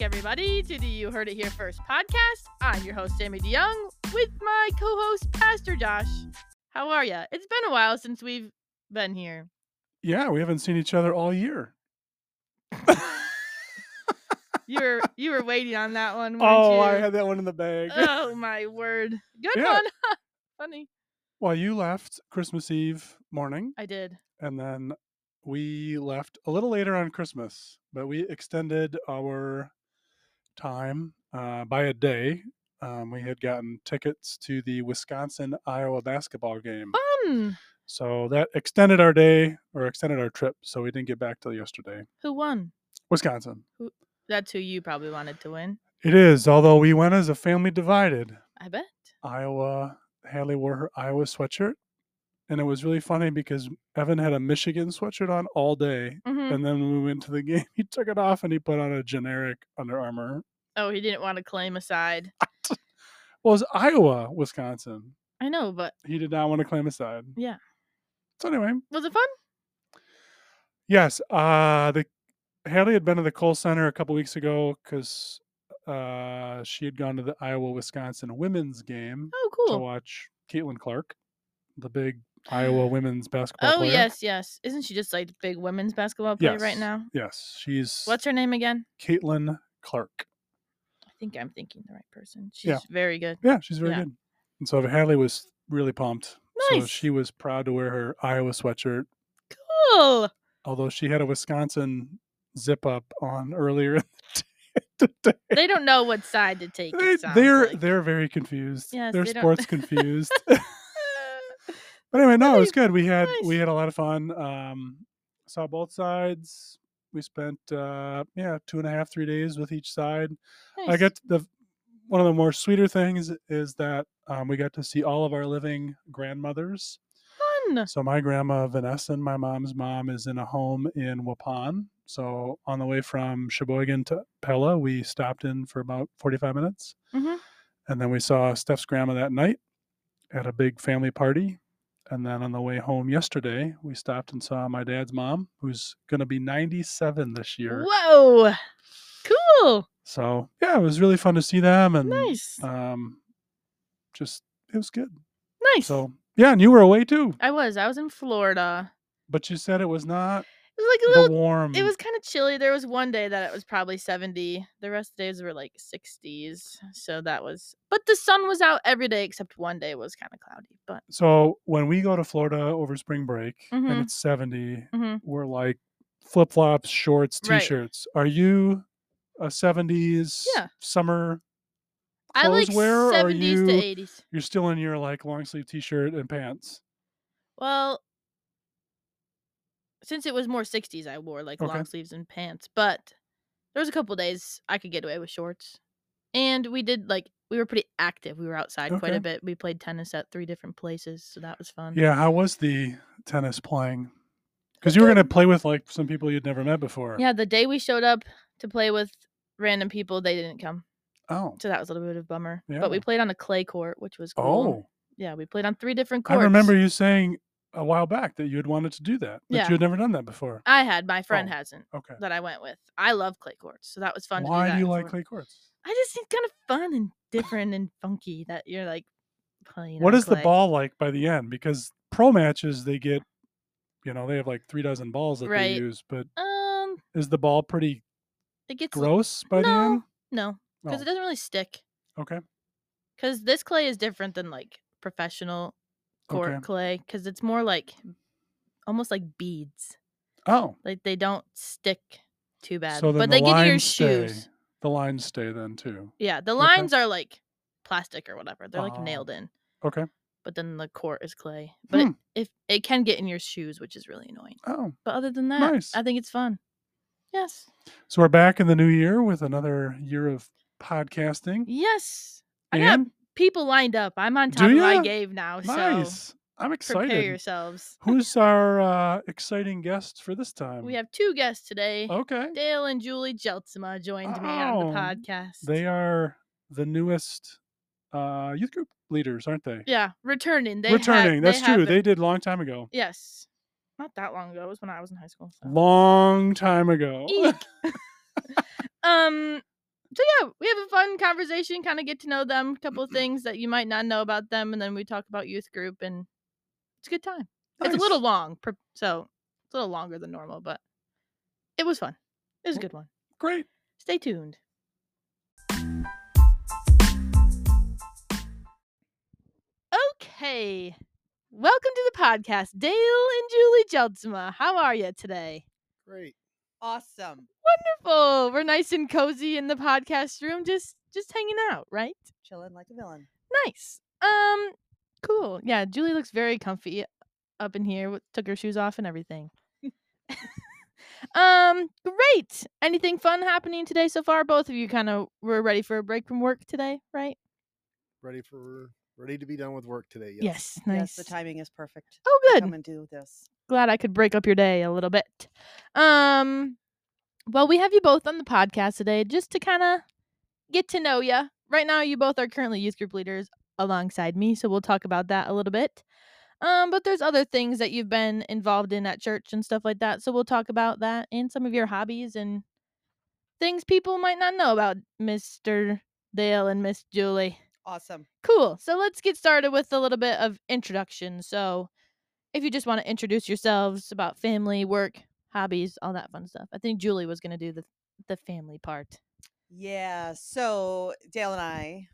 everybody, to the You Heard It Here First podcast. I'm your host, Sammy DeYoung, with my co host, Pastor Josh. How are ya? It's been a while since we've been here. Yeah, we haven't seen each other all year. You were you were waiting on that one, weren't oh, you? I had that one in the bag. oh my word. Good Yeah. one. Funny. well, you left Christmas Eve morning, I did. and then we left a little later on Christmas, but we extended our time uh, by a day. Um, we had gotten tickets to the Wisconsin Iowa basketball game. Oh. Fun. So that extended our day or extended our trip. So we didn't get back till yesterday. Who won? Wisconsin. That's who you probably wanted to win. It is, although we went as a family divided. I bet. Iowa. Haley wore her Iowa sweatshirt, and it was really funny because Evan had a Michigan sweatshirt on all day, Mhm. and then when we went to the game, he took it off and he put on a generic Under Armour. Oh, he didn't want to claim a side. Well, it was Iowa, Wisconsin. I know, but He did not want to claim a side. Yeah. So anyway, was it fun? yes, uh, the Haley had been to the Cole Center a couple weeks ago because uh, she had gone to the Iowa Wisconsin women's game Oh, to cool. watch Caitlin Clark, the big Iowa women's basketball oh player. yes, yes. Isn't she just like the big women's basketball player right Yes. now? Yes, she's What's her name again? Caitlin Clark. I think I'm thinking the right person. She's Yeah. very good. Yeah, she's very Yeah. good. And so Hadley was really pumped. So Nice. she was proud to wear her Iowa sweatshirt, Cool. although she had a Wisconsin zip up on earlier in the day. They don't know what side to take. They, it sounds they're like. they're very confused. Yes, they're they don't- sports confused. But anyway, no, it was Nice, good. We had we nice. had a lot of fun. Um, saw both sides. We spent uh, yeah two and a half three days with each side. I Nice. got to the one of the more sweeter things is that um, we got to see all of our living grandmothers. fun. So my grandma Vanessa and my mom's mom is in a home in Wapan. So on the way from Sheboygan to Pella, we stopped in for about 45 minutes. Mhm. And then we saw Steph's grandma that night at a big family party. And then on the way home yesterday, we stopped and saw my dad's mom, who's going to be 97 this year. Whoa. Cool. So yeah, it was really fun to see them and Nice. um just it was good nice. so yeah and you were away too I was. I was in Florida. but you said it was not It was like a the little. warm It was kind of chilly. There was one day that it was probably 70. The rest of the days were like 60s. So that was. But the sun was out every day except one day was kind of cloudy. But so when we go to florida over spring break Mhm. and it's 70 Mhm. we're like flip-flops shorts Right. t-shirts are you a 70s Yeah. summer I like Clothes wear, or 70s to you- 80s. you're still in your like long sleeve t-shirt and pants Well, since it was more 60s, I wore like Okay. long sleeves and pants. But there was a couple days I could get away with shorts, and we did like we were pretty active. We were outside quite Okay. a bit. We played tennis at three different places, so that was fun. yeah how was the tennis playing because you were going to good. play with like some people you'd never met before Yeah, the day we showed up to play with random people, they didn't come, oh so that was a little bit of a bummer. But we Yeah. played on a clay court, which was cool. oh Yeah, we played on three different courts. I remember you saying a while back that you had wanted to do that, but Yeah. you had never done that before. I had my friend Oh, hasn't Okay. that I went with. I love clay courts, so that was fun. to do, Why do that you in like Florida. clay courts? I just think kind of fun and different and funky that you're like playing. what on is the clay. ball like by the end? Because pro matches, they get, you know, they have like three dozen balls that Right. they use, but Um, is the ball pretty it gets l- gross by the end? no because Oh, it doesn't really stick. okay. Because this clay is different than like professional court Okay. clay because it's more like almost like beads. Oh, Like they don't stick too bad, so then but the they get in your lines stay. shoes. The lines stay then too. Yeah, the Okay. lines are like plastic or whatever. They're like Oh. nailed in, Okay. but then the court is clay. But Hmm. it, if it can get in your shoes, which is really annoying. Oh, But other than that, Nice. I think it's fun. Yes. so we're back in the new year with another year of podcasting. Yes. I got and people lined up. I'm on Do top of my ya? game now. So nice. I'm excited. prepare yourselves. Who's our uh, exciting guest for this time? We have two guests today. Okay. Dale and Julie Jeltsma joined me on Oh, the podcast. They are the newest uh, youth group leaders, aren't they? yeah, returning. They had- Returning. they That's true. have been- They did long time ago. yes, not that long ago. It Uh-huh. was when I was in high school. so. Long time ago. Eek. um, so yeah, we have a fun conversation, kind of get to know them, a couple of things that you might not know about them, and then we talk about youth group, and it's a good time. It's a Nice. little long, per- so it's a little longer than normal, but it was fun. It was a Mm. good one. great. Stay tuned. Okay. Welcome to the podcast, Dale and Julie Jeltsma. How are you today? Great. Awesome. Wonderful. We're nice and cozy in the podcast room, just just hanging out, right? Chilling like a villain. Nice. Um, cool. Yeah, Julie looks very comfy up in here. with- Took her shoes off and everything. um, great. Anything fun happening today so far? Both of you kind of were ready for a break from work today, right? Ready for ready to be done with work today. Yes. Yes, nice. the timing is perfect. Oh, to good. Come and do this. glad I could break up your day a little bit. Um, well, we have you both on the podcast today just to kind of get to know you. Right now, you both are currently youth group leaders alongside me, so we'll talk about that a little bit. Um, but there's other things that you've been involved in at church and stuff like that, so we'll talk about that and some of your hobbies and things people might not know about Mr. Dale and Miss Julie. Awesome. Cool. So let's get started with a little bit of introduction. So, if you just want to introduce yourselves about family, work, hobbies, all that fun stuff. I think Julie was going to do the the family part. Yeah. So Dale and I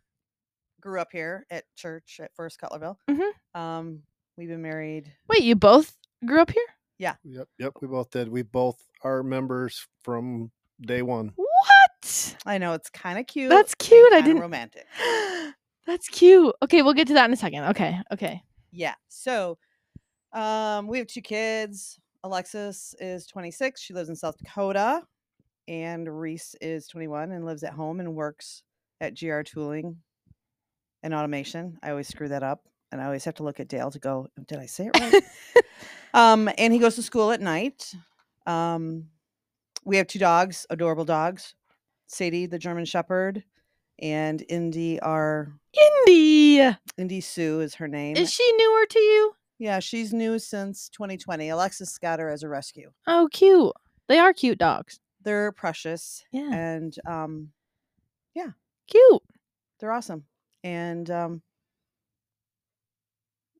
grew up here at church at First Cutlerville. Mhm. Um, we've been married. Wait, you both grew up here? Yep. Yep. Oh. We both did. We both are members from day one. What? I know it's kind of cute. That's and cute. I kinda didn't. Romantic. That's cute. Okay, we'll get to that in a second. Okay. Okay. Yeah. So um, we have two kids. Alexis is 26. She lives in South Dakota. And Reese is 21 and lives at home and works at GR Tooling and Automation. I always screw that up. And I always have to look at Dale to go, "Oh, did I say it right? um, and he goes to school at night. Um, we have two dogs, adorable dogs Sadie, the German Shepherd, and Indy, our Indy. Indy Sue is her name. Is she newer to you? Yeah, she's new since 2020. Alexis got her as a rescue. Oh, cute. They are cute dogs. They're precious Yeah. and um, Cute. they're awesome. And um,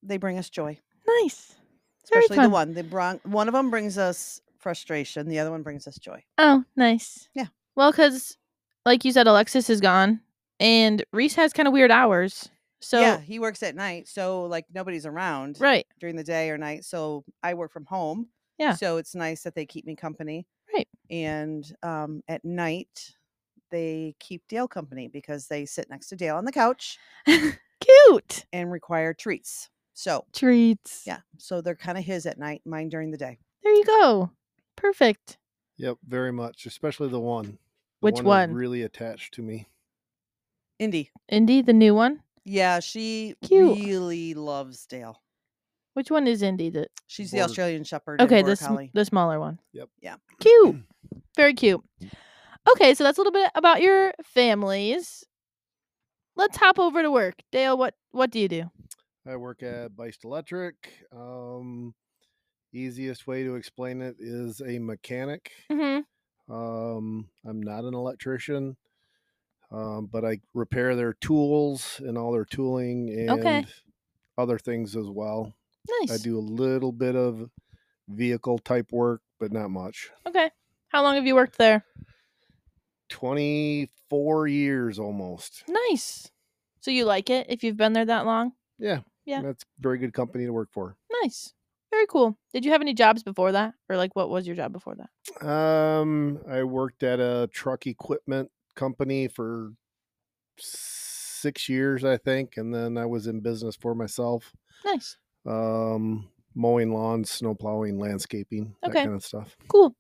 they bring us joy, Nice. Very especially the fun. one. They brought, one of them brings us frustration, the other one brings us joy. Oh, nice. Yeah. Well, because like you said, Alexis is gone, and Reese has kind of weird hours. So yeah, he works at night, so like nobody's around right, during the day or night. So I work from home. Yeah. So it's nice that they keep me company. Right. And um, at night, they keep Dale company because they sit next to Dale on the couch. cute and require treats. So, treats. yeah, so they're kind of his at night, mine during the day. There you go. Perfect. Yep. Very much. Especially the one. The Which who's one? Really attached to me. Indy. Indy, the new one. Yeah, she Cute. really loves Dale. Which one is Indy? The She's the Border- Australian Shepherd. and okay, Border the sm- Collie. the smaller one. Yep. Mm-hmm. Yeah. Cute. Very cute. Okay, so that's a little bit about your families. Let's hop over to work. Dale, what what do you do? I work at Beist Electric. Um, easiest way to explain it is a mechanic. Mm-hmm. Um, I'm not an electrician, um, but I repair their tools and all their tooling and Okay. other things as well. Nice. I do a little bit of vehicle type work, but not much. Okay. How long have you worked there? 24 years almost. Nice. So you like it if you've been there that long? Yeah. Yeah. That's a very good company to work for. Nice. Very cool. Did you have any jobs before that? Or like what was your job before that? Um, I worked at a truck equipment company for six years, I think. And then I was in business for myself. Nice. um, mowing lawns, snow plowing, landscaping, Okay. that kind of stuff. Cool.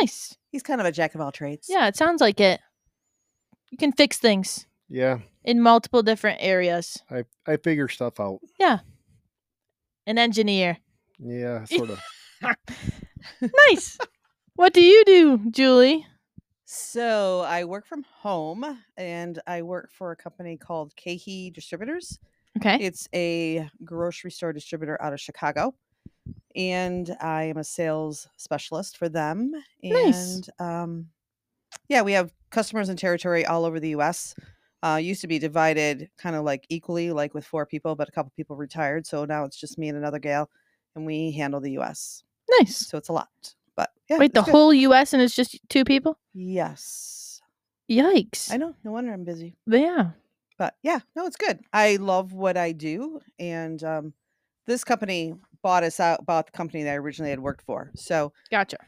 Nice. He's kind of a jack of all trades. Yeah, it sounds like it. You can fix things Yeah, in multiple different areas. I I figure stuff out. An engineer. Yeah, sort of. Nice. what do you do, Julie? So I work from home and I work for a company called Kahee Distributors. Okay. It's a grocery store distributor out of Chicago. And I am a sales specialist for them. And Nice. um, Yeah, we have customers and territory all over the U.S. Uh, used to be divided kind of like equally, like with four people, but a couple people retired. So now it's just me and another gal, and we handle the U.S. Nice. So it's a lot. But yeah, Wait, the it's good. whole U.S. and it's just two people? Yes. Yikes. I know. No wonder I'm busy. Yeah. but yeah, no, it's good. I love what I do, and um, this company bought us out, bought the company that I originally had worked for. So Gotcha.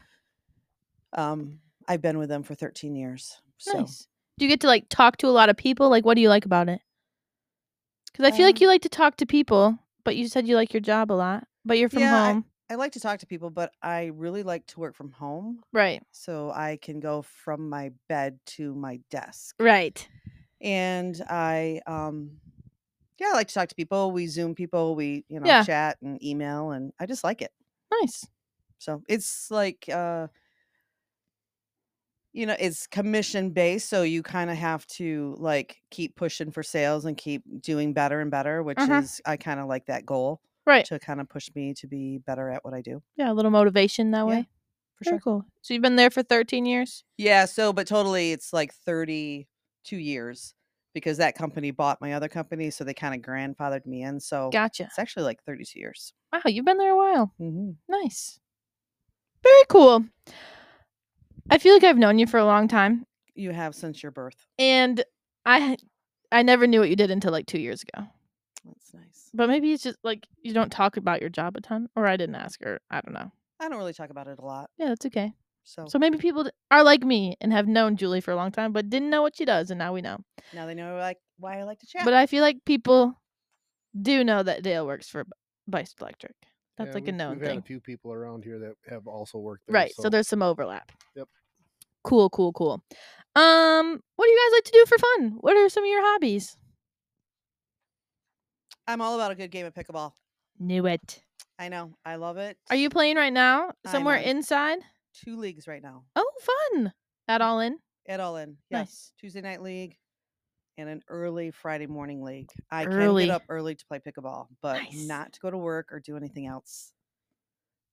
um, I've been with them for 13 years. So Nice. Do you get to like talk to a lot of people? Like, what do you like about it? Because I feel like Um, you like to talk to people, but you said you like your job a lot, but you're from Yeah, I- home. I like to talk to people, but I really like to work from home, Right. so I can go from my bed to my desk. Right. And I, um, yeah, I like to talk to people. We Zoom people. We you know Yeah. chat and email, and I just like it. Nice. So it's like uh you know, it's commission based, so you kind of have to like keep pushing for sales and keep doing better and better, which Uh-huh. is I kind of like that goal Right. to kind of push me to be better at what I do. Yeah, a little motivation that Yeah, way. For Very sure. cool. So you've been there for 13 years? Yeah, so but totally it's like 32 years because that company bought my other company, so they kind of grandfathered me in. So Gotcha. it's actually like 32 years. Wow, you've been there a while. Mm-hmm. Nice. Very cool. I feel like I've known you for a long time You have since your birth. and I I never knew what you did until like 2 years ago. That's nice. But maybe it's just like you don't talk about your job a ton or I didn't ask or I don't know. I don't really talk about it a lot. Yeah, that's okay. So, So maybe people d- are like me and have known Julie for a long time, but didn't know what she does, and now we know. now they know like why I like to chat. But I feel like people do know that Dale works for B- Bice Electric. That's Yeah, like a we've- known we've had thing, a few people around here that have also worked there. right? So. there's some overlap. Yep. Cool, cool, cool. Um, what do you guys like to do for fun? What are some of your hobbies? I'm all about a good game of pickleball. Knew it. I know. I love it. Are you playing right now? I'm Somewhere on- inside? two leagues right now? Oh, fun! That all in? At all in. Yes. Nice. Tuesday night league and an early Friday morning league. I can Early. get up early to play pickleball, but Nice. not to go to work or do anything else.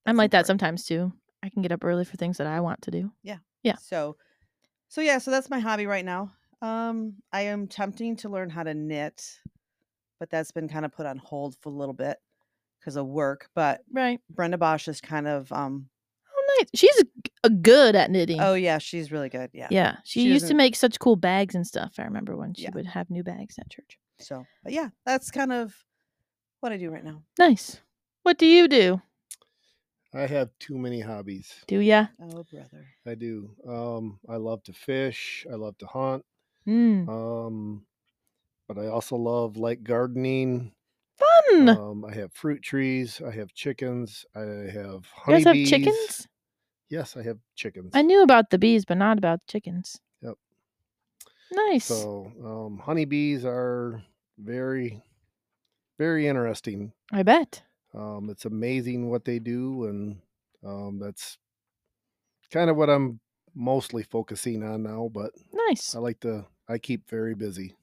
I'm like that important. sometimes too. I can get up early for things that I want to do. yeah. So so yeah, so that's my hobby right now. Um I am tempting to learn how to knit, but that's been kind of put on hold for a little bit because of work. But Right. Brenda Bosch is kind of um Oh, nice. She's g- a good at knitting. oh yeah, she's really good. Yeah. Yeah, she, She used to doesn't- make such cool bags and stuff. I remember when she Yeah. would have new bags at church. So but yeah, that's kind of what I do right now. Nice. What do you do? I have too many hobbies. Do ya? Oh, brother. I do. Um, I love to fish. I love to hunt. Hmm. Mm. Um, but I also love like gardening. Fun. Um, I have fruit trees. I have chickens. I have you guys honeybees. have chickens? Oh, Yes, I have chickens. I knew about the bees, but not about the chickens. Yep. Nice. So um, honeybees are very, very interesting. I bet. Um, it's amazing what they do, and um, that's kind of what I'm mostly focusing on now. But Nice. I like to, I keep very busy.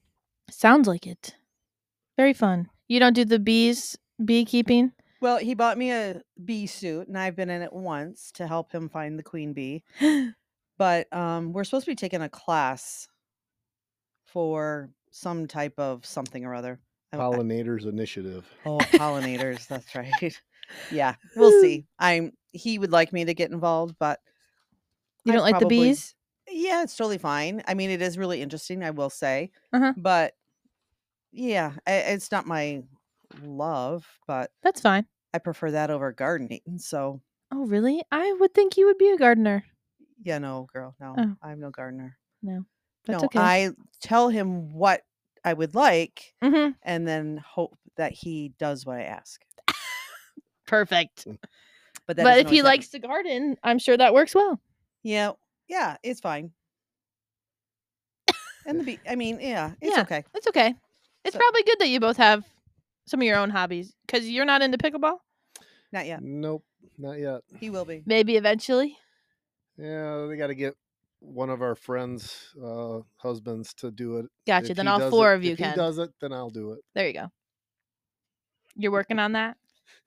Sounds like it. Very fun. You don't do the bees beekeeping? Well, he bought me a bee suit, and I've been in it once to help him find the queen bee. But um, we're supposed to be taking a class for some type of something or other. I- I- Pollinators Initiative. oh, pollinators. That's right. Yeah, we'll see. I'm. He would like me to get involved, but You I don't like the probably- bees? Yeah, it's totally fine. I mean, it is really interesting. I will say, Uh-huh. but yeah, I, it's not my love, but That's fine. I prefer that over gardening. So Oh, really? I would think you would be a gardener. Yeah, no, girl, no, Oh. I'm no gardener. That's no, okay. I tell him what I would like, mm-hmm. and then hope that he does what I ask. Perfect. But But that doesn't if he always happen. likes to garden, I'm sure that works well. yeah, yeah, it's fine. And the be, I mean, yeah, it's Yeah. okay. It's okay. It's So- probably good that you both have some of your own hobbies because you're not into pickleball. Not yet. Nope, not yet. He will be. Maybe eventually. Yeah, they got to get one of our friends' uh, husbands to do it. Gotcha. If Then he all does four it- of you if can. He does it, then I'll do it. There you go. You're working on that.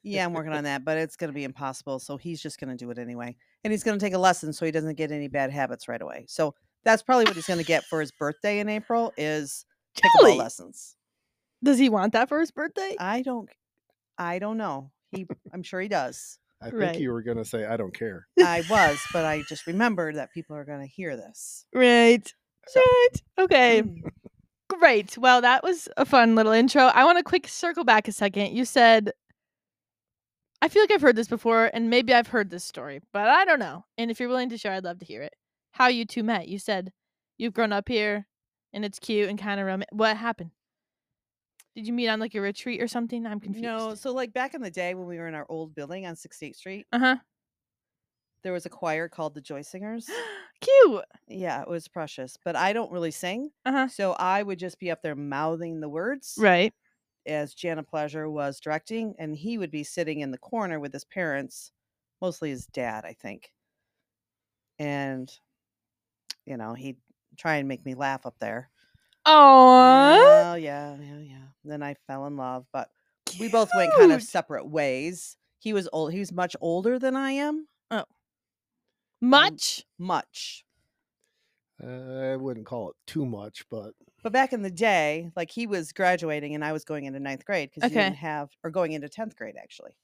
Yeah, I'm working on that, but it's going to be impossible. So he's just going to do it anyway, and he's going to take a lesson so he doesn't get any bad habits right away. So That's probably what he's going to get for his birthday in April is pickleball Julie! lessons. Does he want that for his birthday? I don't, I don't know. He, I'm sure he does. I think Right. you were gonna say I don't care. I was, but I just remembered that people are going to hear this. Hmm, right. So- Right. Okay. Great. Well, that was a fun little intro. I want to quick circle back a second. You said, I feel like I've heard this before, and maybe I've heard this story, but I don't know. And if you're willing to share, I'd love to hear it. How you two met. You said you've grown up here, and it's cute and kind of romantic. What happened? Did you meet on like a retreat or something? I'm confused. No, so like back in the day when we were in our old building on 68th Street, Uh huh. there was a choir called the Joy Singers. Cute. Yeah, it was precious, but I don't really sing. Uh-huh. So I would just be up there mouthing the words Right. as Jana Pleasure was directing, and he would be sitting in the corner with his parents, mostly his dad, I think. And, you know, he'd try and make me laugh up there. Oh. Oh, yeah, yeah, yeah. Then I fell in love, but we both went kind of Cute. separate ways. He was old, he was much older than I am. Much. Much. Uh, I wouldn't call it too much, but But back in the day, like he was graduating and I was going into ninth grade because you Okay. didn't have, or going into 10th grade actually,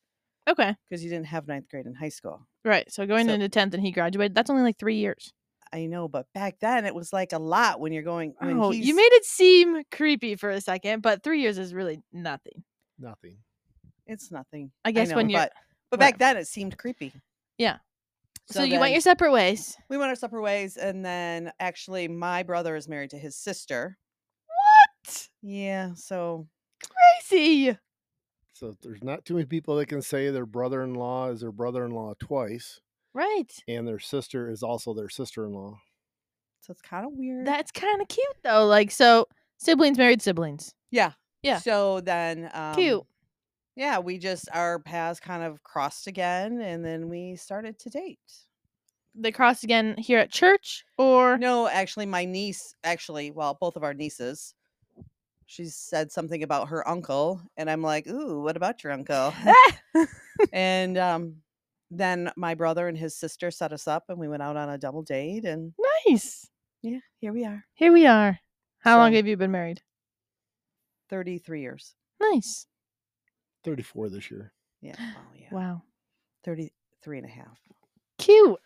Okay. because you didn't have ninth grade in high school. Right. So going So- into 10th and he graduated, that's only like three years. I know, but back then it was like a lot when you're going. When Oh, you he's- made it seem creepy for a second, but three years is really nothing. nothing. it's nothing. I guess when you're- but, but right. back then it seemed creepy. Yeah. So, you then went your separate ways. we went our separate ways, and then actually my brother is married to his sister. What? Yeah, so Crazy. So there's not too many people that can say their brother-in-law is their brother-in-law twice, Right. and their sister is also their sister-in-law. so it's kind of weird. That's kind of cute though. Like so, siblings married siblings. yeah, Yeah. So then, um, Cute. Yeah, we just our paths kind of crossed again, and then we started to date. They crossed again here at church, or No, actually, my niece, actually, well, both of our nieces, she said something about her uncle, and I'm like, ooh, what about your uncle? Ah! and um, then my brother and his sister set us up, and we went out on a double date, and nice. yeah, here we are, Here we are. How long So- have you been married? 33 years. Nice. Thirty-four this year. Yeah, oh yeah, Wow. 33 and a half. Cute.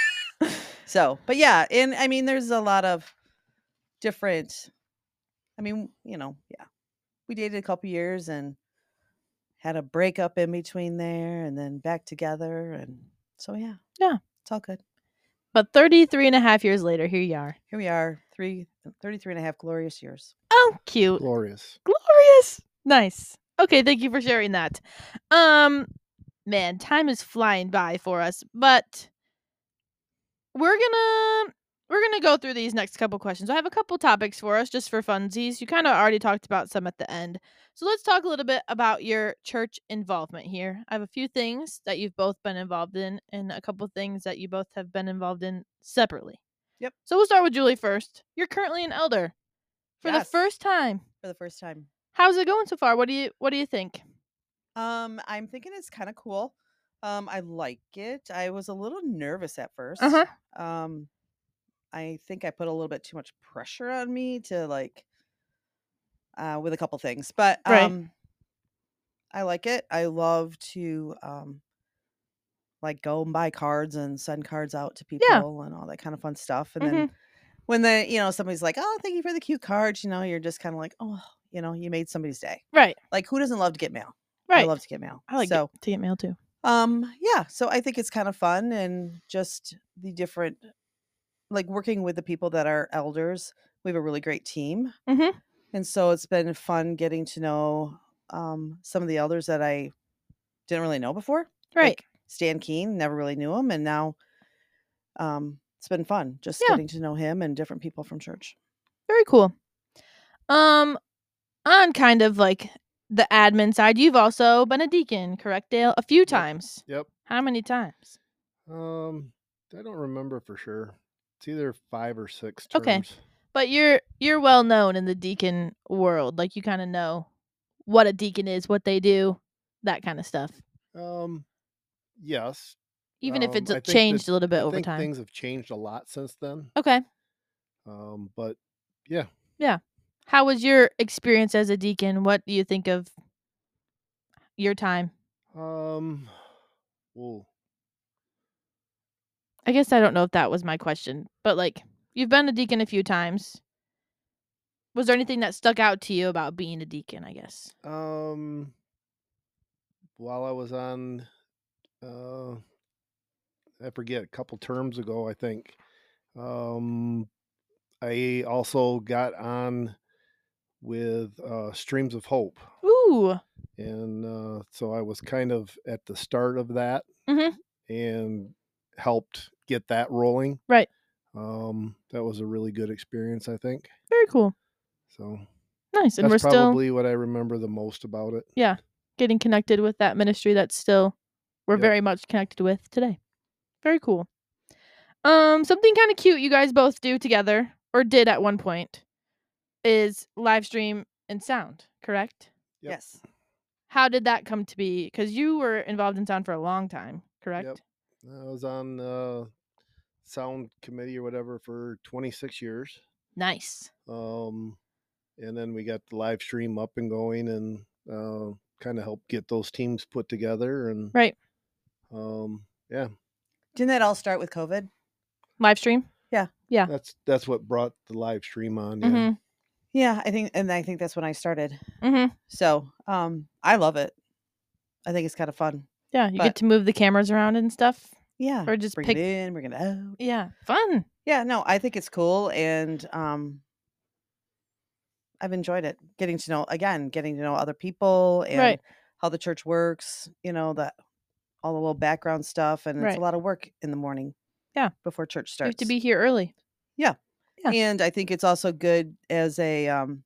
So, but yeah, and I mean, there's a lot of different. I mean, you know, yeah, we dated a couple years and had a breakup in between there, and then back together, and so yeah, Yeah. it's all good. But 33 and a half years later, here you are. Here we are, three, 33 and a half glorious years. Oh, cute. Glorious. glorious nice okay thank you for sharing that um man time is flying by for us but we're gonna we're gonna go through these next couple questions i have a couple topics for us just for funsies you kind of already talked about some at the end so let's talk a little bit about your church involvement here i have a few things that you've both been involved in and a couple things that you both have been involved in separately Yep. so we'll start with julie first you're currently an elder for the Yes. first time For the first time, How's it going so far? What do you What do you think? um, I'm thinking it's kind of cool. Um, I like it. I was a little nervous at 1st Uh-huh. Uh-huh. um i think i put a little bit too much pressure on me to like uh with a couple things but um Right. i like it i love to um like go and buy cards and send cards out to people and all that kind of fun stuff and Mm-hmm. then when the you know somebody's like oh thank you for the cute cards you know you're just kind of like oh you know you made somebody's day Right. like who doesn't love to get mail Right. i love to get mail I like so get, to get mail too. um yeah so i think it's kind of fun and just the different like working with the people that are elders we have a really great team Mhm. and so it's been fun getting to know um some of the elders that i didn't really know before Right. like stan keen never really knew him and now um it's been fun just Yeah. getting to know him and different people from church Very cool. Um, on kind of like the admin side, you've also been a deacon, correct, Dale? A few times. Yep. How many times? Um, I don't remember for sure. It's either five or six terms. Okay. But you're you're well known in the deacon world. Like you kind of know what a deacon is, what they do, that kind of stuff. Um, yes. Even if Um, it's I uh, think that- changed a little bit Um, I over think time. things have changed a lot since then. Okay. Um, but How was your experience as a deacon? What do you think of your time? um, well, I guess I don't know if that was my question, but like you've been a deacon a few times. Was there anything that stuck out to you about being a deacon, I guess? Um, while I was on, uh, I forget, a couple terms ago, I think. Um, I also got on with uh, Streams of Hope, Ooh. and uh, so I was kind of at the start of that Mhm. and helped get that rolling. Right. Um, that was a really good experience, I think. Very cool. So Nice. And that's we're still probably what I remember the most about it. getting connected with that ministry that's still we're Yep. very much connected with today. Very cool. Um something kind of cute you guys both do together or did at one point is live stream and sound, correct? Yep. Yes. How did that come to be? Cuz you were involved in sound for a long time, correct? I was on uh, sound committee or whatever for 26 years. Nice. Um, and then we got the live stream up and going and uh, kind of helped get those teams put together. And Right. um, Didn't that all start with COVID? Live stream? Yeah. that's that's what brought the live stream on. Yeah. Mhm. Yeah, I think, and I think that's when I started. Mhm. So, um, I love it. I think it's kind of fun. Yeah, you get But- to move the cameras around and stuff Yeah, or just bring pick it in, bring it out. Yeah, fun. Yeah, no, I think it's cool, and um, I've enjoyed it. Getting to know again, getting to know other people and Right. how the church works. You know that all the little background stuff, and it's Right. a lot of work in the morning. Yeah. before church You starts. have to be here early. Yeah. and I think it's also good as a um,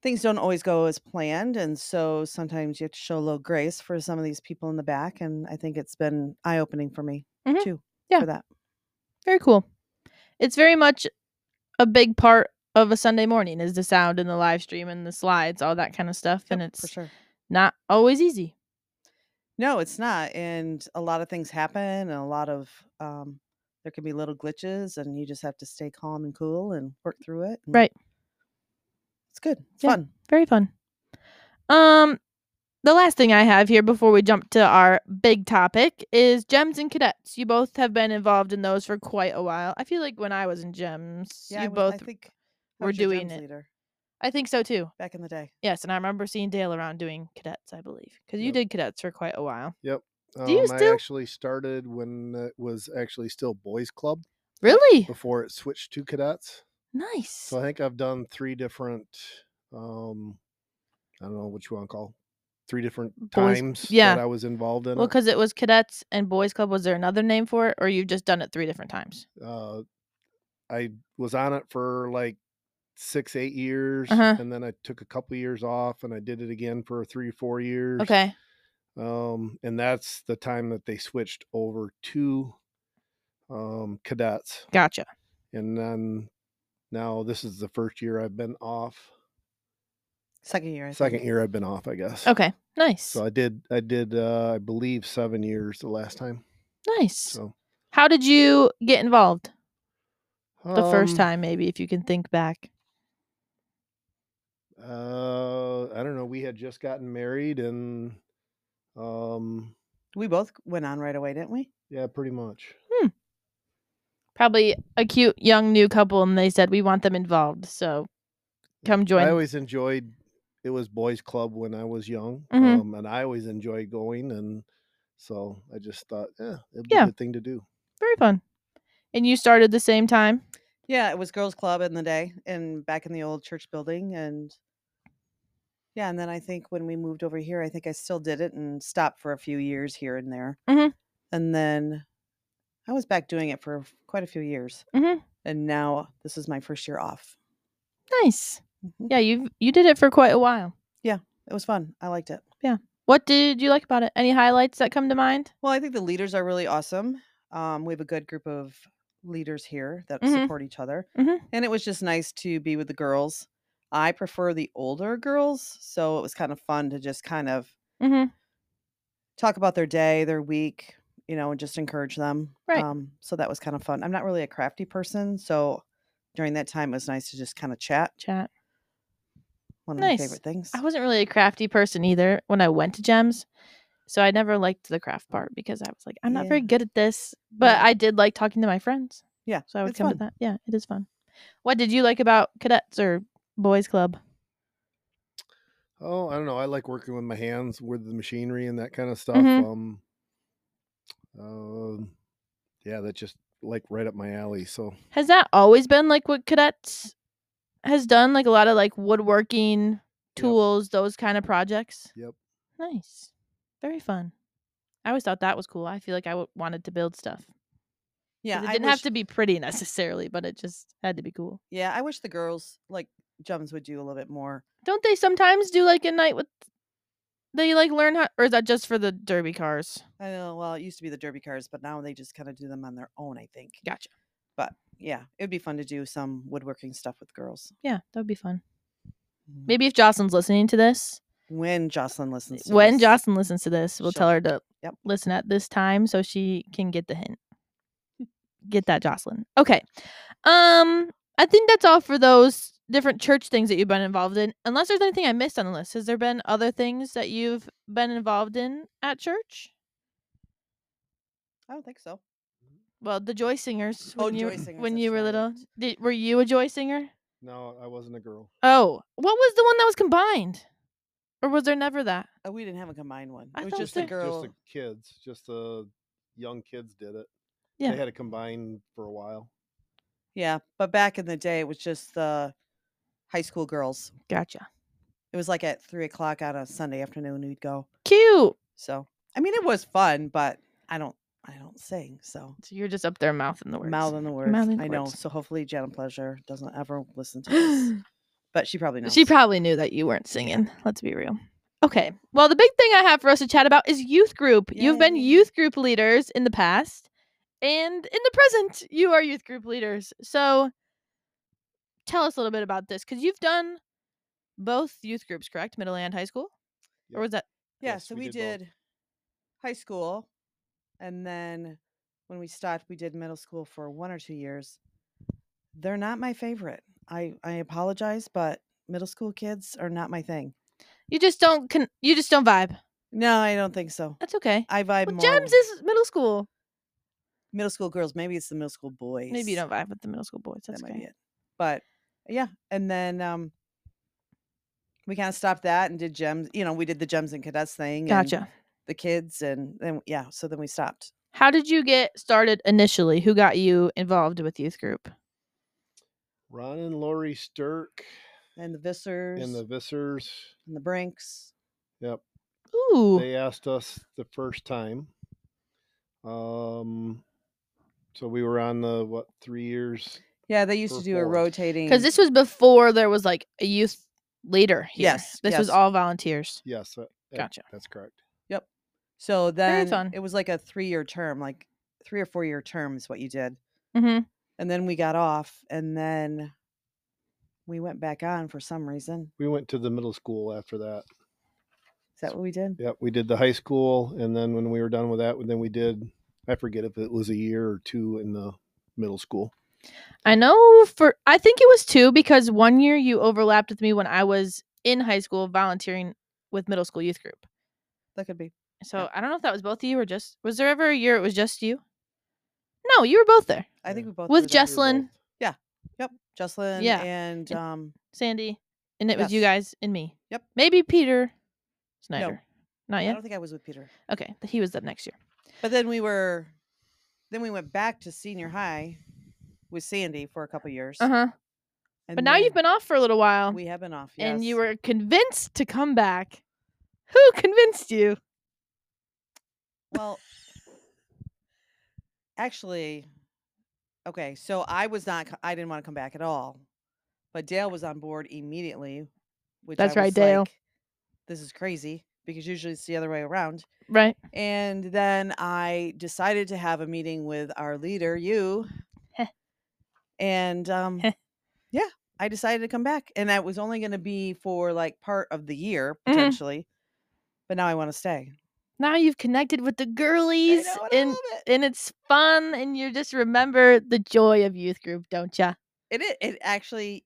things don't always go as planned, and so sometimes you have to show a little grace for some of these people in the back, and I think it's been eye opening for me Mhm. too. Yeah. for that. Very cool. It's very much a big part of a Sunday morning is the sound and the live stream and the slides, all that kind of stuff. And Yep, for it's sure. not always easy. No, it's not, and a lot of things happen, and a lot of um, there can be little glitches, and you just have to stay calm and cool and work through it. and Right. it's good. It's Yeah. fun. Very fun. Um the last thing I have here before we jump to our big topic is gems and cadets. You both have been involved in those for quite a while. I feel like when I was in gems, Yeah, I you was- both I think I were was your doing drums it. leader I think so too. back in the day. Yes, and I remember seeing Dale around doing cadets, I believe, because you Yep. did cadets for quite a while. Um, Do you I still- actually started when it was actually still boys club Really? before it switched to cadets. Nice. So I think I've done three different, um, I don't know what you want to call, three different Boys- times yeah. that I was involved in. Well, it. because it was cadets and boys club. Was there another name for it, or you've just done it three different times? uh, I was on it for like six, eight years, Uh-huh. and then I took a couple years off, and I did it again for three, four years. Okay, Um, and that's the time that they switched over to um, cadets, gotcha. and then now this is the first year I've been off. Second year. I think. Second year I've been off, I guess. Okay, nice, So I did, I did, uh, I believe seven years the last time. nice. So How did you get involved the first um, time? Maybe if you can think back. uh, I don't know. We had just gotten married, and um, We both went on right away, didn't we? yeah, pretty much. Probably a cute young new couple, and they said we want them involved. So come join. Uh, I always enjoyed. It was boys' club when I was young, Mhm. um, and I always enjoyed going, and so I just thought, yeah, it'd be Yeah. a good thing to do. Very fun. And you started the same time. Yeah, it was girls' club in the day and back in the old church building and yeah, and then I think when we moved over here, I think I still did it and stopped for a few years here and there. Mhm. And then I was back doing it for f- quite a few years. Mhm. And now this is my first year off. Nice. Mhm. Yeah, you you did it for quite a while. It was fun. I liked it. What did you like about it? Any highlights that come to mind? Well, I think the leaders are really awesome. Um, we have a good group of leaders here that Mhm. support each other. Mhm. And it was just nice to be with the girls. I prefer the older girls. So it was kind of fun to just kind of Mm-hmm. talk about their day, their week, you know, and just encourage them. Right. Um, so that was kind of fun. I'm not really a crafty person, so during that time, it was nice to just kind of chat. Chat. One of Nice. my favorite things. I wasn't really a crafty person either when I went to gems. So I never liked the craft part because I was like, I'm not very Yeah. good at this. But Yeah. I did like talking to my friends. yeah, So I would it's come fun. to that. Yeah, it is fun. What did you like about cadets or boys club? Oh, I don't know. I like working with my hands with the machinery and that kind of stuff. Mhm. Um, um, yeah, that's just like right up my alley. So Has that always been like what cadets has done? Like a lot of like woodworking tools, those kind of projects? Yep. Nice. Very fun. I always thought that was cool. I feel like I w- wanted to build stuff. 'Cause Yeah, It I didn't wish- have to be pretty necessarily, but it just had to be cool. Yeah, I wish the girls like Jums would do a little bit more. Don't they sometimes do like a night with they like learn how or is that just for the derby cars? I know. Well, it used to be the derby cars, but now they just kind of do them on their own. I think. Gotcha. But yeah, it'd be fun to do some woodworking stuff with girls. Yeah, that would be fun. Mhm. Maybe if Jocelyn's listening to this, when Jocelyn listens. To when this. Jocelyn listens to this, we'll tell She'll- her to yep. listen at this time so she can get the hint. Get that Jocelyn. Okay. Um I think that's all for those different church things that you've been involved in. Unless there's anything I missed on the list. Has there been other things that you've been involved in at church? I don't think so. Well, the joy singers Oh, when you joy singers, when that's you were right. little. Did, were you a joy singer? no, I wasn't a girl. Oh, what was the one that was combined? Or was there never that? Uh, we didn't have a combined one. I it was thought just the there- Just girl. the kids, just the young kids did it. Yeah. They had it combined for a while. Yeah, but back in the day, it was just the high school girls. Gotcha. It was like at three o'clock on a Sunday afternoon. We'd go. Cute. So I mean, it was fun, but I don't. I don't sing. So So you're just up there mouthing the words. mouthing the words. Mouthing the I know. words. So hopefully, Janet Pleasure doesn't ever listen to this, but she probably knows. She probably knew that you weren't singing. Let's be real. Okay. Well, the big thing I have for us to chat about is youth group. You've been Yay. youth group leaders in the past, and in the present, you are youth group leaders. So tell us a little bit about this because you've done both youth groups, correct? Middle and high school? Yep. Or was that? Yeah, Yes, so we we did both. did, high school, and then when we stopped, we did middle school for one or two years. They're not my favorite. I I apologize, but middle school kids are not my thing. You just don't. Con- you just don't vibe. No, I don't think so. That's okay. I vibe Well, more Gems with is middle school. middle school girls. Maybe it's the middle school boys. Maybe you don't vibe with the middle school boys. That's that might okay. be it. But yeah, and then um, we kind of stopped that and did gems. You know, we did the gems and cadets thing. and Gotcha. the kids, and then yeah, so then we stopped. How did you get started initially? Who got you involved with youth group? Ron and Lori Sturk and the Vissers and the Vissers. and the Brinks. Yep. Ooh, They asked us the first time. Um, so we were on the what three years? Yeah, they used Or to do a four. rotating. because this was before there was like a youth leader. Here. Yes, this was yes. all volunteers. Yes. that- that- Gotcha. That's correct. so then fun. it was like a three-year term, like three or four-year term is what you did, Mm-hmm. and then we got off, and then we went back on for some reason. We went to the middle school after that. Is that what we did? Yep. We did the high school, and then when we were done with that, then we did. I forget if it was a year or two in the middle school. I know. For I think it was two because one year you overlapped with me when I was in high school volunteering with middle school youth group. That could be. So I don't know if that was both of you or just was there ever a year it was just you? No, you were both there. I think Yeah. we both With were there. Jess- Jocelyn. both. Yep, Jocelyn. Yeah, and and- um, Sandy, and it was you Yes. guys and me. Yep. Maybe Peter Snyder. Not I yet. don't think I was with Peter. Okay, th- he was up next year. But then we were, then we went back to senior high with Sandy for a couple years. Uh huh. Uh-huh. and But now you've then been off for a little while, We have been off. Yes. and you were convinced to come back. Who convinced you? Well, actually, okay. So I was not. co- I didn't want to come back at all, but Dale was on board immediately. Which I That's right, was Dale. like, this is crazy because usually it's the other way around. Right. And then I decided to have a meeting with our leader, you, Heh. and um, yeah, I decided to come back, and that was only going to be for like part of the year Mhm. potentially. But now I want to stay. Now you've connected with the I girlies, know, and I and love it. and it's fun, and you just remember the joy of youth group, don't ya? It i- it actually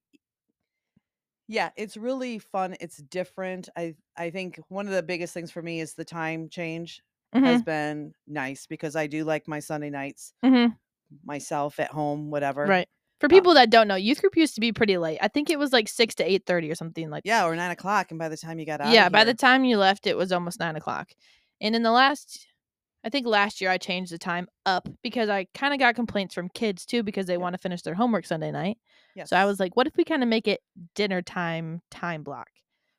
yeah, it's really fun. It's different. I I think one of the biggest things for me is the time change has Mm-hmm. been nice because I do like my Sunday nights Mhm. myself at home, whatever. Right. Uh For people that don't know, youth group used to be pretty late. I think it was like six to eight thirty or something like Yeah, or nine o'clock, and by the time you got out, yeah by the time you left it was almost nine o'clock and in the last i think last year i changed the time up because i kind of got complaints from kids too because they want to finish their homework sunday night so i was like what if we kind of make it dinner time time block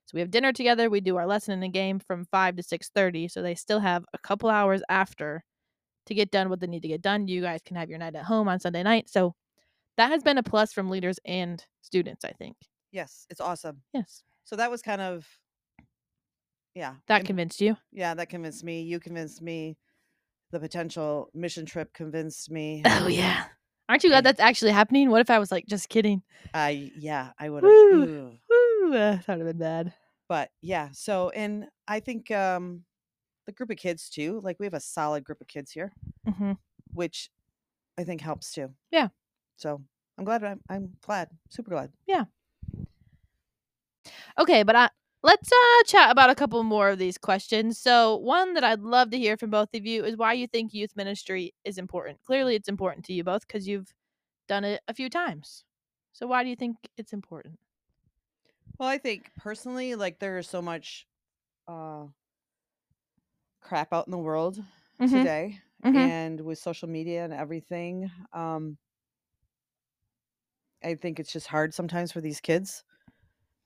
so we have dinner together we do our lesson in the game from 5 to 6.30 so they still have a couple hours after to get done what they need to get done you guys can have your night at home on sunday night so that has been a plus from leaders and students i think yes, it's awesome. yes So that was kind of yeah, that and- convinced you yeah, that convinced me. You convinced me. The potential mission trip convinced me. Oh yeah. Aren't you glad Yeah. that's actually happening? What if I was like, just kidding? I yeah, I would Woo. have. Woo, uh, that would have been bad. But yeah, so and I think um the group of kids too. Like we have a solid group of kids here, hmm which I think helps too. Yeah. So I'm glad. I'm, I'm glad. Super glad. Okay, but I, let's uh, chat about a couple more of these questions. So one that I'd love to hear from both of you is why you think youth ministry is important. Clearly, it's important to you both because you've done it a few times. So why do you think it's important? Well, I think personally, like there is so much uh crap out in the world today, Mhm. and with social media and everything, um, I think it's just hard sometimes for these kids,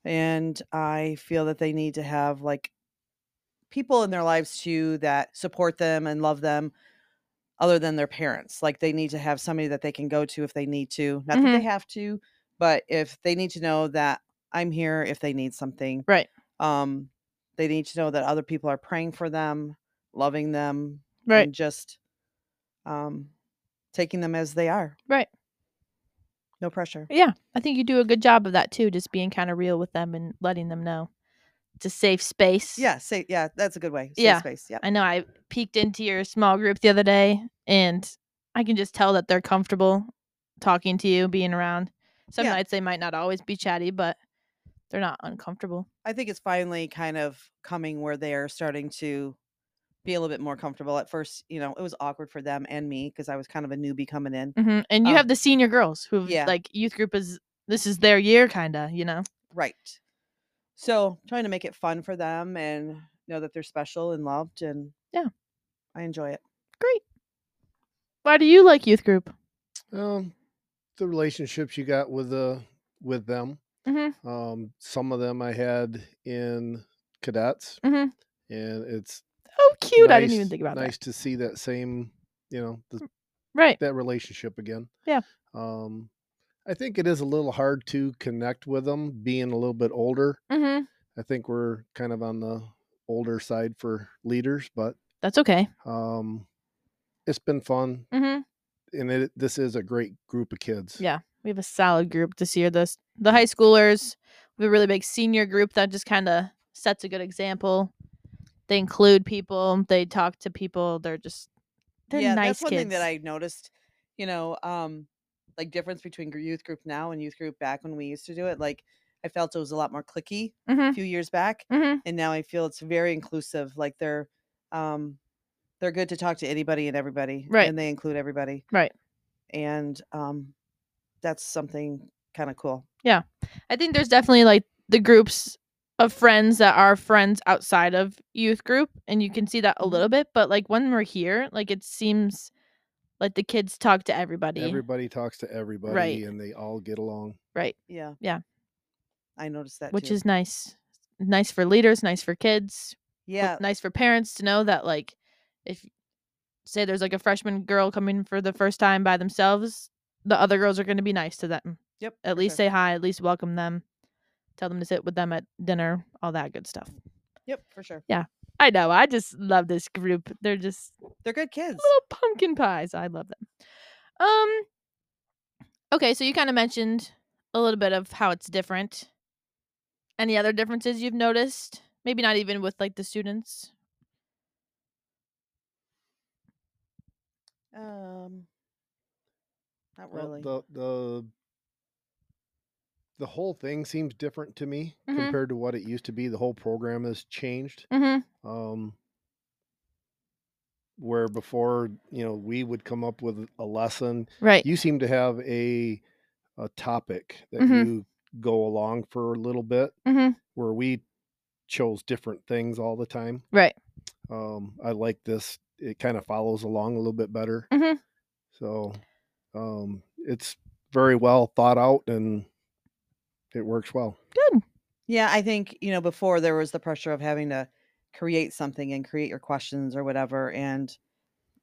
and I feel that they need to have like people in their lives too that support them and love them other than their parents like they need to have somebody that they can go to if they need to not that they have to but if they need to know that i'm here if they need something Right. um they need to know that other people are praying for them loving them Right. and just um taking them as they are Right. no pressure Yeah, I think you do a good job of that too. Just being kind of real with them and letting them know it's a safe space. yeah say yeah that's a good way Safe Yeah. space yeah I know I peeked into your small group the other day and I can just tell that they're comfortable talking to you, being around. Some Yeah. nights they might not always be chatty, but they're not uncomfortable. I think it's finally kind of coming where they are starting to be a little bit more comfortable. At first, you know, it was awkward for them and me because I was kind of a newbie coming in. hmm And you Um, have the senior girls who yeah. like youth group is this is their year kind of, you know. Right. So trying to make it fun for them and know that they're special and loved and Yeah. I enjoy it. Why do you like youth group? Um, the relationships you got with the with them. Mhm. Um, some of them I had in cadets, Mhm. and it's Oh, cute. I didn't nice- even think about Nice to see that same, you know, the, that. Right. that relationship again. Yeah. Um, I think it is a little hard to connect with them being a little bit older. Mhm. I think we're kind of on the older side for leaders, but That's okay. um, it's been fun, Mhm. and it this is a great group of kids. Yeah. We have a solid group this year. The s- Mm. the high schoolers, we have a really big senior group that just kind of sets a good example. They include people. They talk to people. They're just they're yeah, nice that's one kids. thing that I noticed, you know, um, like difference between gr- youth group now and youth group back when we used to do it. Like I felt it was a lot more clicky a Mhm, few years back. mhm. and now I feel it's very inclusive. Like they're um they're good to talk to anybody and everybody. Right. And they include everybody. Right. And um that's something kind of cool. I think there's definitely like the groups of friends that are friends outside of youth group, and you can see that a Mhm. little bit. But like when we're here, like it seems like the kids talk to everybody. Everybody talks to everybody, Right. and they all get along. right. Yeah. Yeah. I noticed that Which too. is nice. Nice for leaders. Nice for kids. w- yeah. nice for parents to know that like if say there's like a freshman girl coming for the first time by themselves the other girls are going to be nice to them Yep. at for least sure. say hi at least welcome them tell them to sit with them at dinner all that good stuff Yep, for sure. i know i just love this group they're just They're good kids. little pumpkin pies i love them um okay so you kind of mentioned a little bit of how it's different any other differences you've noticed maybe not even with like the students Um not Well, Um, really. the the the whole thing seems different to me Mhm. compared to what it used to be. The whole program has changed. Mm-hmm. Um, where before, you know, we would come up with a lesson. Right. You seem to have a a topic that Mhm. you go along for a little bit, Mhm. where we chose different things all the time. Right. Um, I like this. It kind of follows along a little bit better. Mhm. So, um, it's very well thought out and it works well. Good. Yeah, I think, you know, before there was the pressure of having to create something and create your questions or whatever. And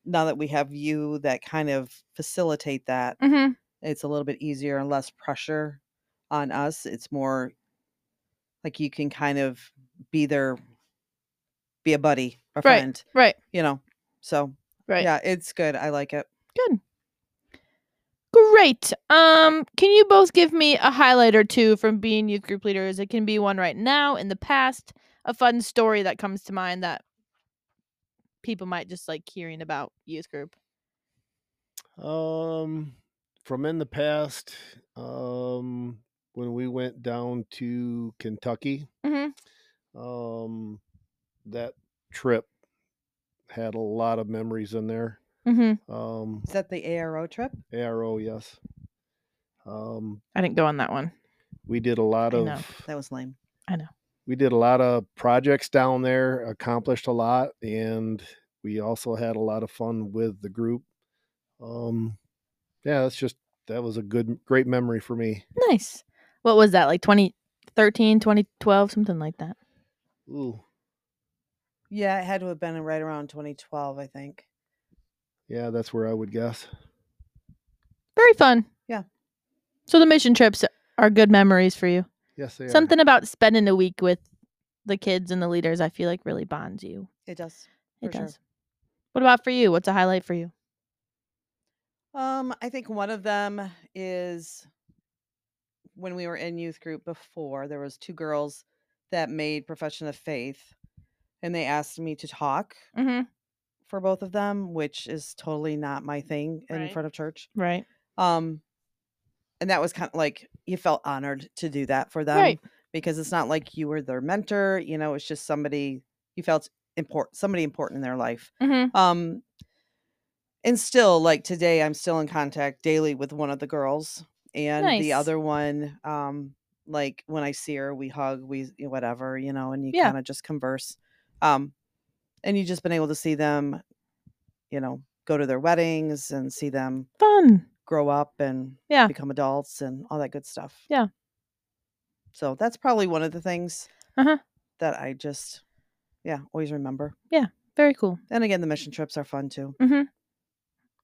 now that we have you that kind of facilitate that, Mm-hmm. it's a little bit easier and less pressure on us. It's more like you can kind of be there, be a buddy, a Right. friend, Right. you know. So, Right. yeah, it's good. I like it. Good. Great. Um, can you both give me a highlight or two from being youth group leaders? It can be one right now, in the past, a fun story that comes to mind that people might just like hearing about youth group. Um, from in the past, um, when we went down to Kentucky, Mm-hmm. um, that trip had a lot of memories in there. Mm-hmm. Um, Is that the ARO trip? ARO, yes. Um, I didn't go on that one. we did a lot I of know. That was lame. we did a lot of projects down there, accomplished a lot, and we also had a lot of fun with the group. Um, yeah, that's just that was a good, great memory for me. Nice. What was that? Like 2013, 2012, something like that. Ooh, Yeah, it had to have been right around 2012, I think. yeah, that's where I would guess. Very fun. Yeah. So the mission trips are good memories for you. Yes, they Something about spending a week with the kids and the leaders, I feel like really bonds you. It does. It For sure. does. What about for you? What's a highlight for you? Um, I think one of them is when we were in youth group before, there was two girls that made profession of faith and they asked me to talk Mm-hmm. for both of them, which is totally not my thing in Right. front of church. Right. Um and that was kind of like you felt honored to do that for them Right. because it's not like you were their mentor, you know, it's just somebody you felt important somebody important in their life Mm-hmm. um and still like today i'm still in contact daily with one of the girls and the Nice. other one um like when i see her we hug we y- whatever you know and you Yeah. kind of just converse um and you've just been able to see them you know go to their weddings and see them Fun. grow up and Yeah. become adults and all that good stuff Yeah. so that's probably one of the things Uh-huh. that i just yeah always remember Very cool. and again the Mm. mission trips are fun too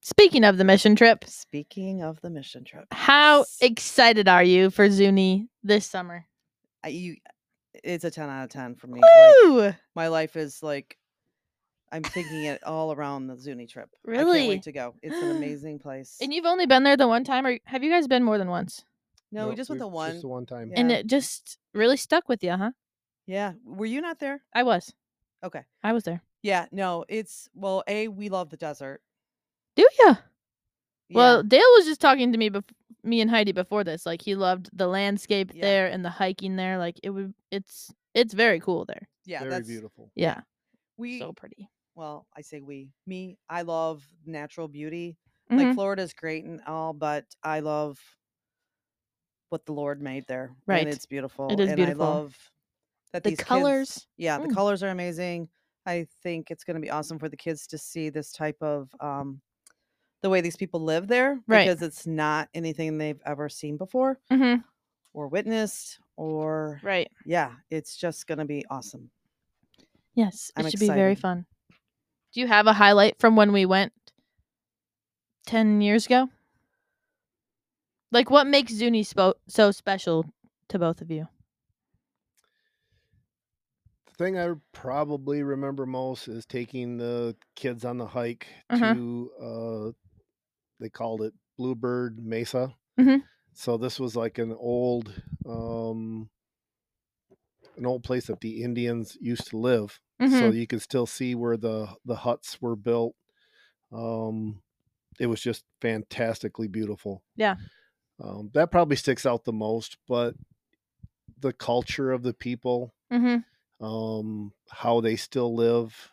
Speaking of the mission trip, Speaking of the mission trip, how e Yes. excited are you for Zuni this summer? I, you, it's a ten out of ten for me. Like, Woo! my life is like, I'm thinking it all around the Zuni trip. I can't Really? wait to go. It's an amazing place. And you've only been there the one time, or have you guys been more than once? no, we just went we've- the one. Just the one time. Yeah. And it just really stuck with you, huh? yeah, were you not there? I was. Okay. I was there. Yeah, no, it's well, a we love the desert. Do ya? Yeah, Well, Dale was just talking to me, bef- me and Heidi before this. Like he loved the landscape Yeah. there and the hiking there. Like it would. It's it's very cool there. yeah, Very that's beautiful. Yeah. we. So pretty. well, I say we, me. I love natural beauty. Mhm. Like Florida's great and all, but I love what the Lord made there. Right. And it's beautiful. is and beautiful. I love that The these kids- colors. yeah, Mm. the colors are amazing. I think it's going to be awesome for the kids to see this type of um, the way these people live there Right. because it's not anything they've ever seen before Mm-hmm. or witnessed or Right. yeah, it's just going to be awesome. Yes, it I'm should be very excited. fun. Do you have a highlight from when we went 10 years ago? Like what makes Zuni spo- so special to both of you? The thing I probably remember most is taking the kids on the hike Uh-huh. to uh they called it Bluebird Mesa. Mhm. So this was like an old um an old place that the Indians used to live. So Mhm. you could still see where the the huts were built. Um it was just fantastically beautiful. Yeah. Um, that probably sticks out the most, but the culture of the people, Mm-hmm. um, how they still live,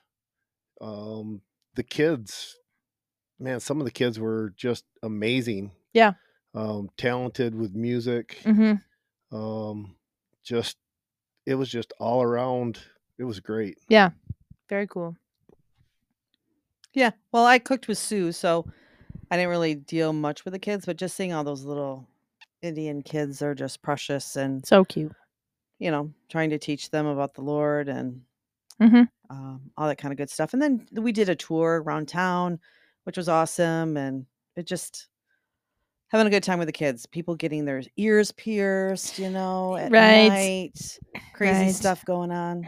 um, the kids, man, some of the kids were just amazing. Yeah. Um, talented with music. Mm-hmm. Um, just, it was just all around. It was great. Very cool. Yeah. Well, I cooked with Sue, so I didn't really deal much with the kids, but just seeing all those little Indian kids are just precious and, So cute. you know, trying to teach them about the Lord and Mhm. um, all that kind of good stuff. And then we did a tour around town, which was awesome. And it just, having a good time with the kids, people getting their ears pierced, you know, at Right. night, crazy Right. stuff going on.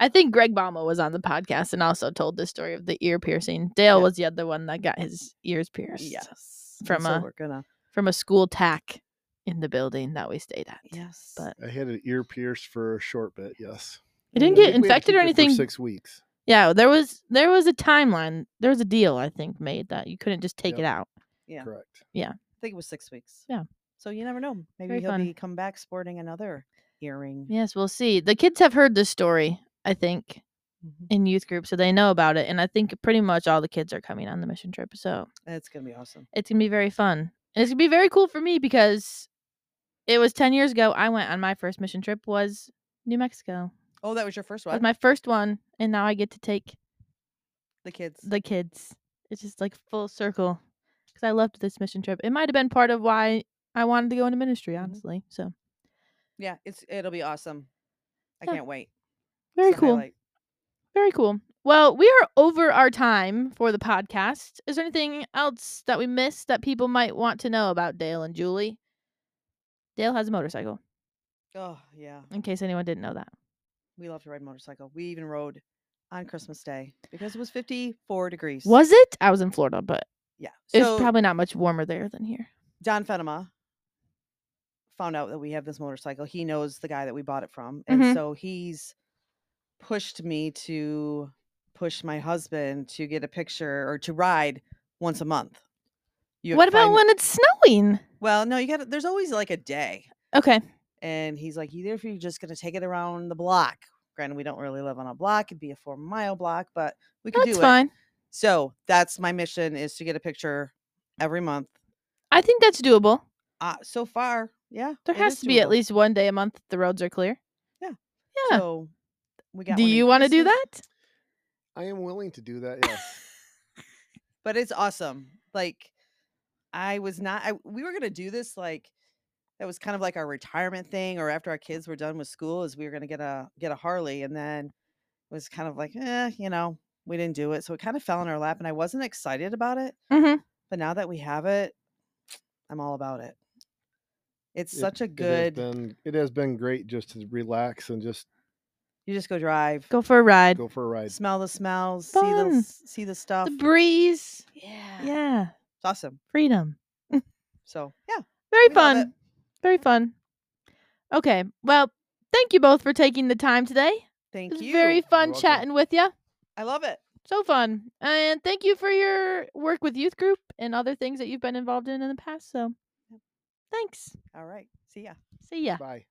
I think Greg Bama was on the podcast and also told the story of the ear piercing. Dale Yeah. was the other one that got his ears pierced Yes. and From so a- we're gonna, from a school tack in the building that we stayed at. yes. but- I had an ear pierced for a short bit. Yes. It didn't get I think we had to infected or keep it for anything. six weeks. Yeah, there was there was a timeline. There was a deal I think made that you couldn't just take Yep. it out. yeah. Correct. I think it was six weeks. Yeah. So you never know. Maybe Very he'll fun. be come back sporting another earring. Yes, we'll see. The kids have heard this story, I think, Mhm. in youth group, so they know about it. And I think pretty much all the kids are coming on the mission trip, so It's gonna be awesome. it's gonna be very fun. And it's gonna be very cool for me because it was ten years ago I went on my first mission trip was New Mexico. Oh, that was your first It one. was my first one, and now I get to take the kids. the kids. It's just like full circle because I loved this mission trip. It might have been part of why I wanted to go into ministry, honestly. So yeah, it's it'll be awesome. I Yeah. can't wait. very So cool, highlight. very cool. Well, we are over our time for the podcast. Is there anything else that we missed that people might want to know about Dale and Julie? Dale has a motorcycle. Oh yeah. In case anyone didn't know that, We love to ride motorcycle. We even rode on Christmas Day because it was fifty four degrees. was it? I was in Florida, but yeah. it's So probably not much warmer there than here. Don Fenema found out that we have this motorcycle. He knows the guy that we bought it from. And Mhm. so he's pushed me to push my husband to get a picture or to ride once a month. You what about find- when it's snowing? Well, no, you got to there's always like a day. Okay, And he's like, either if you're just going to take it around the block. Granted, we don't really live on a block. It'd be a four mile block, but we could that's do it. fine. So that's my mission is to get a picture every month. I think that's doable. Uh, so far, yeah. There it has is to be at doable. least one day a month that the roads are clear. Yeah. So we got. Do one in you want to do Christmas, that? I am willing to do that. Yes. But it's awesome. Like I was not. I, we were gonna do this like that was kind of like our retirement thing, or after our kids were done with school, is we were gonna get a get a Harley, and then it was kind of like, eh, you know, we didn't do it, so it kind of fell in our lap, and I wasn't excited about it. Mm-hmm. But now that we have it, I'm all about it. It's It- such a It good. has, been, it has been great just to relax and just You just go drive, Go for a ride. go for a ride. smell the smells, see the Fun. s- see the stuff. The breeze. Yeah. Yeah. it's awesome. Freedom. So yeah, Very We love it. fun. Very fun. Okay. Well, thank you both for taking the time today. It thank was you. very fun welcome. chatting with you. I love it. So fun. And thank you for your work with youth group and other things that you've been involved in in the past. So thanks. All right. See ya. See ya. Bye.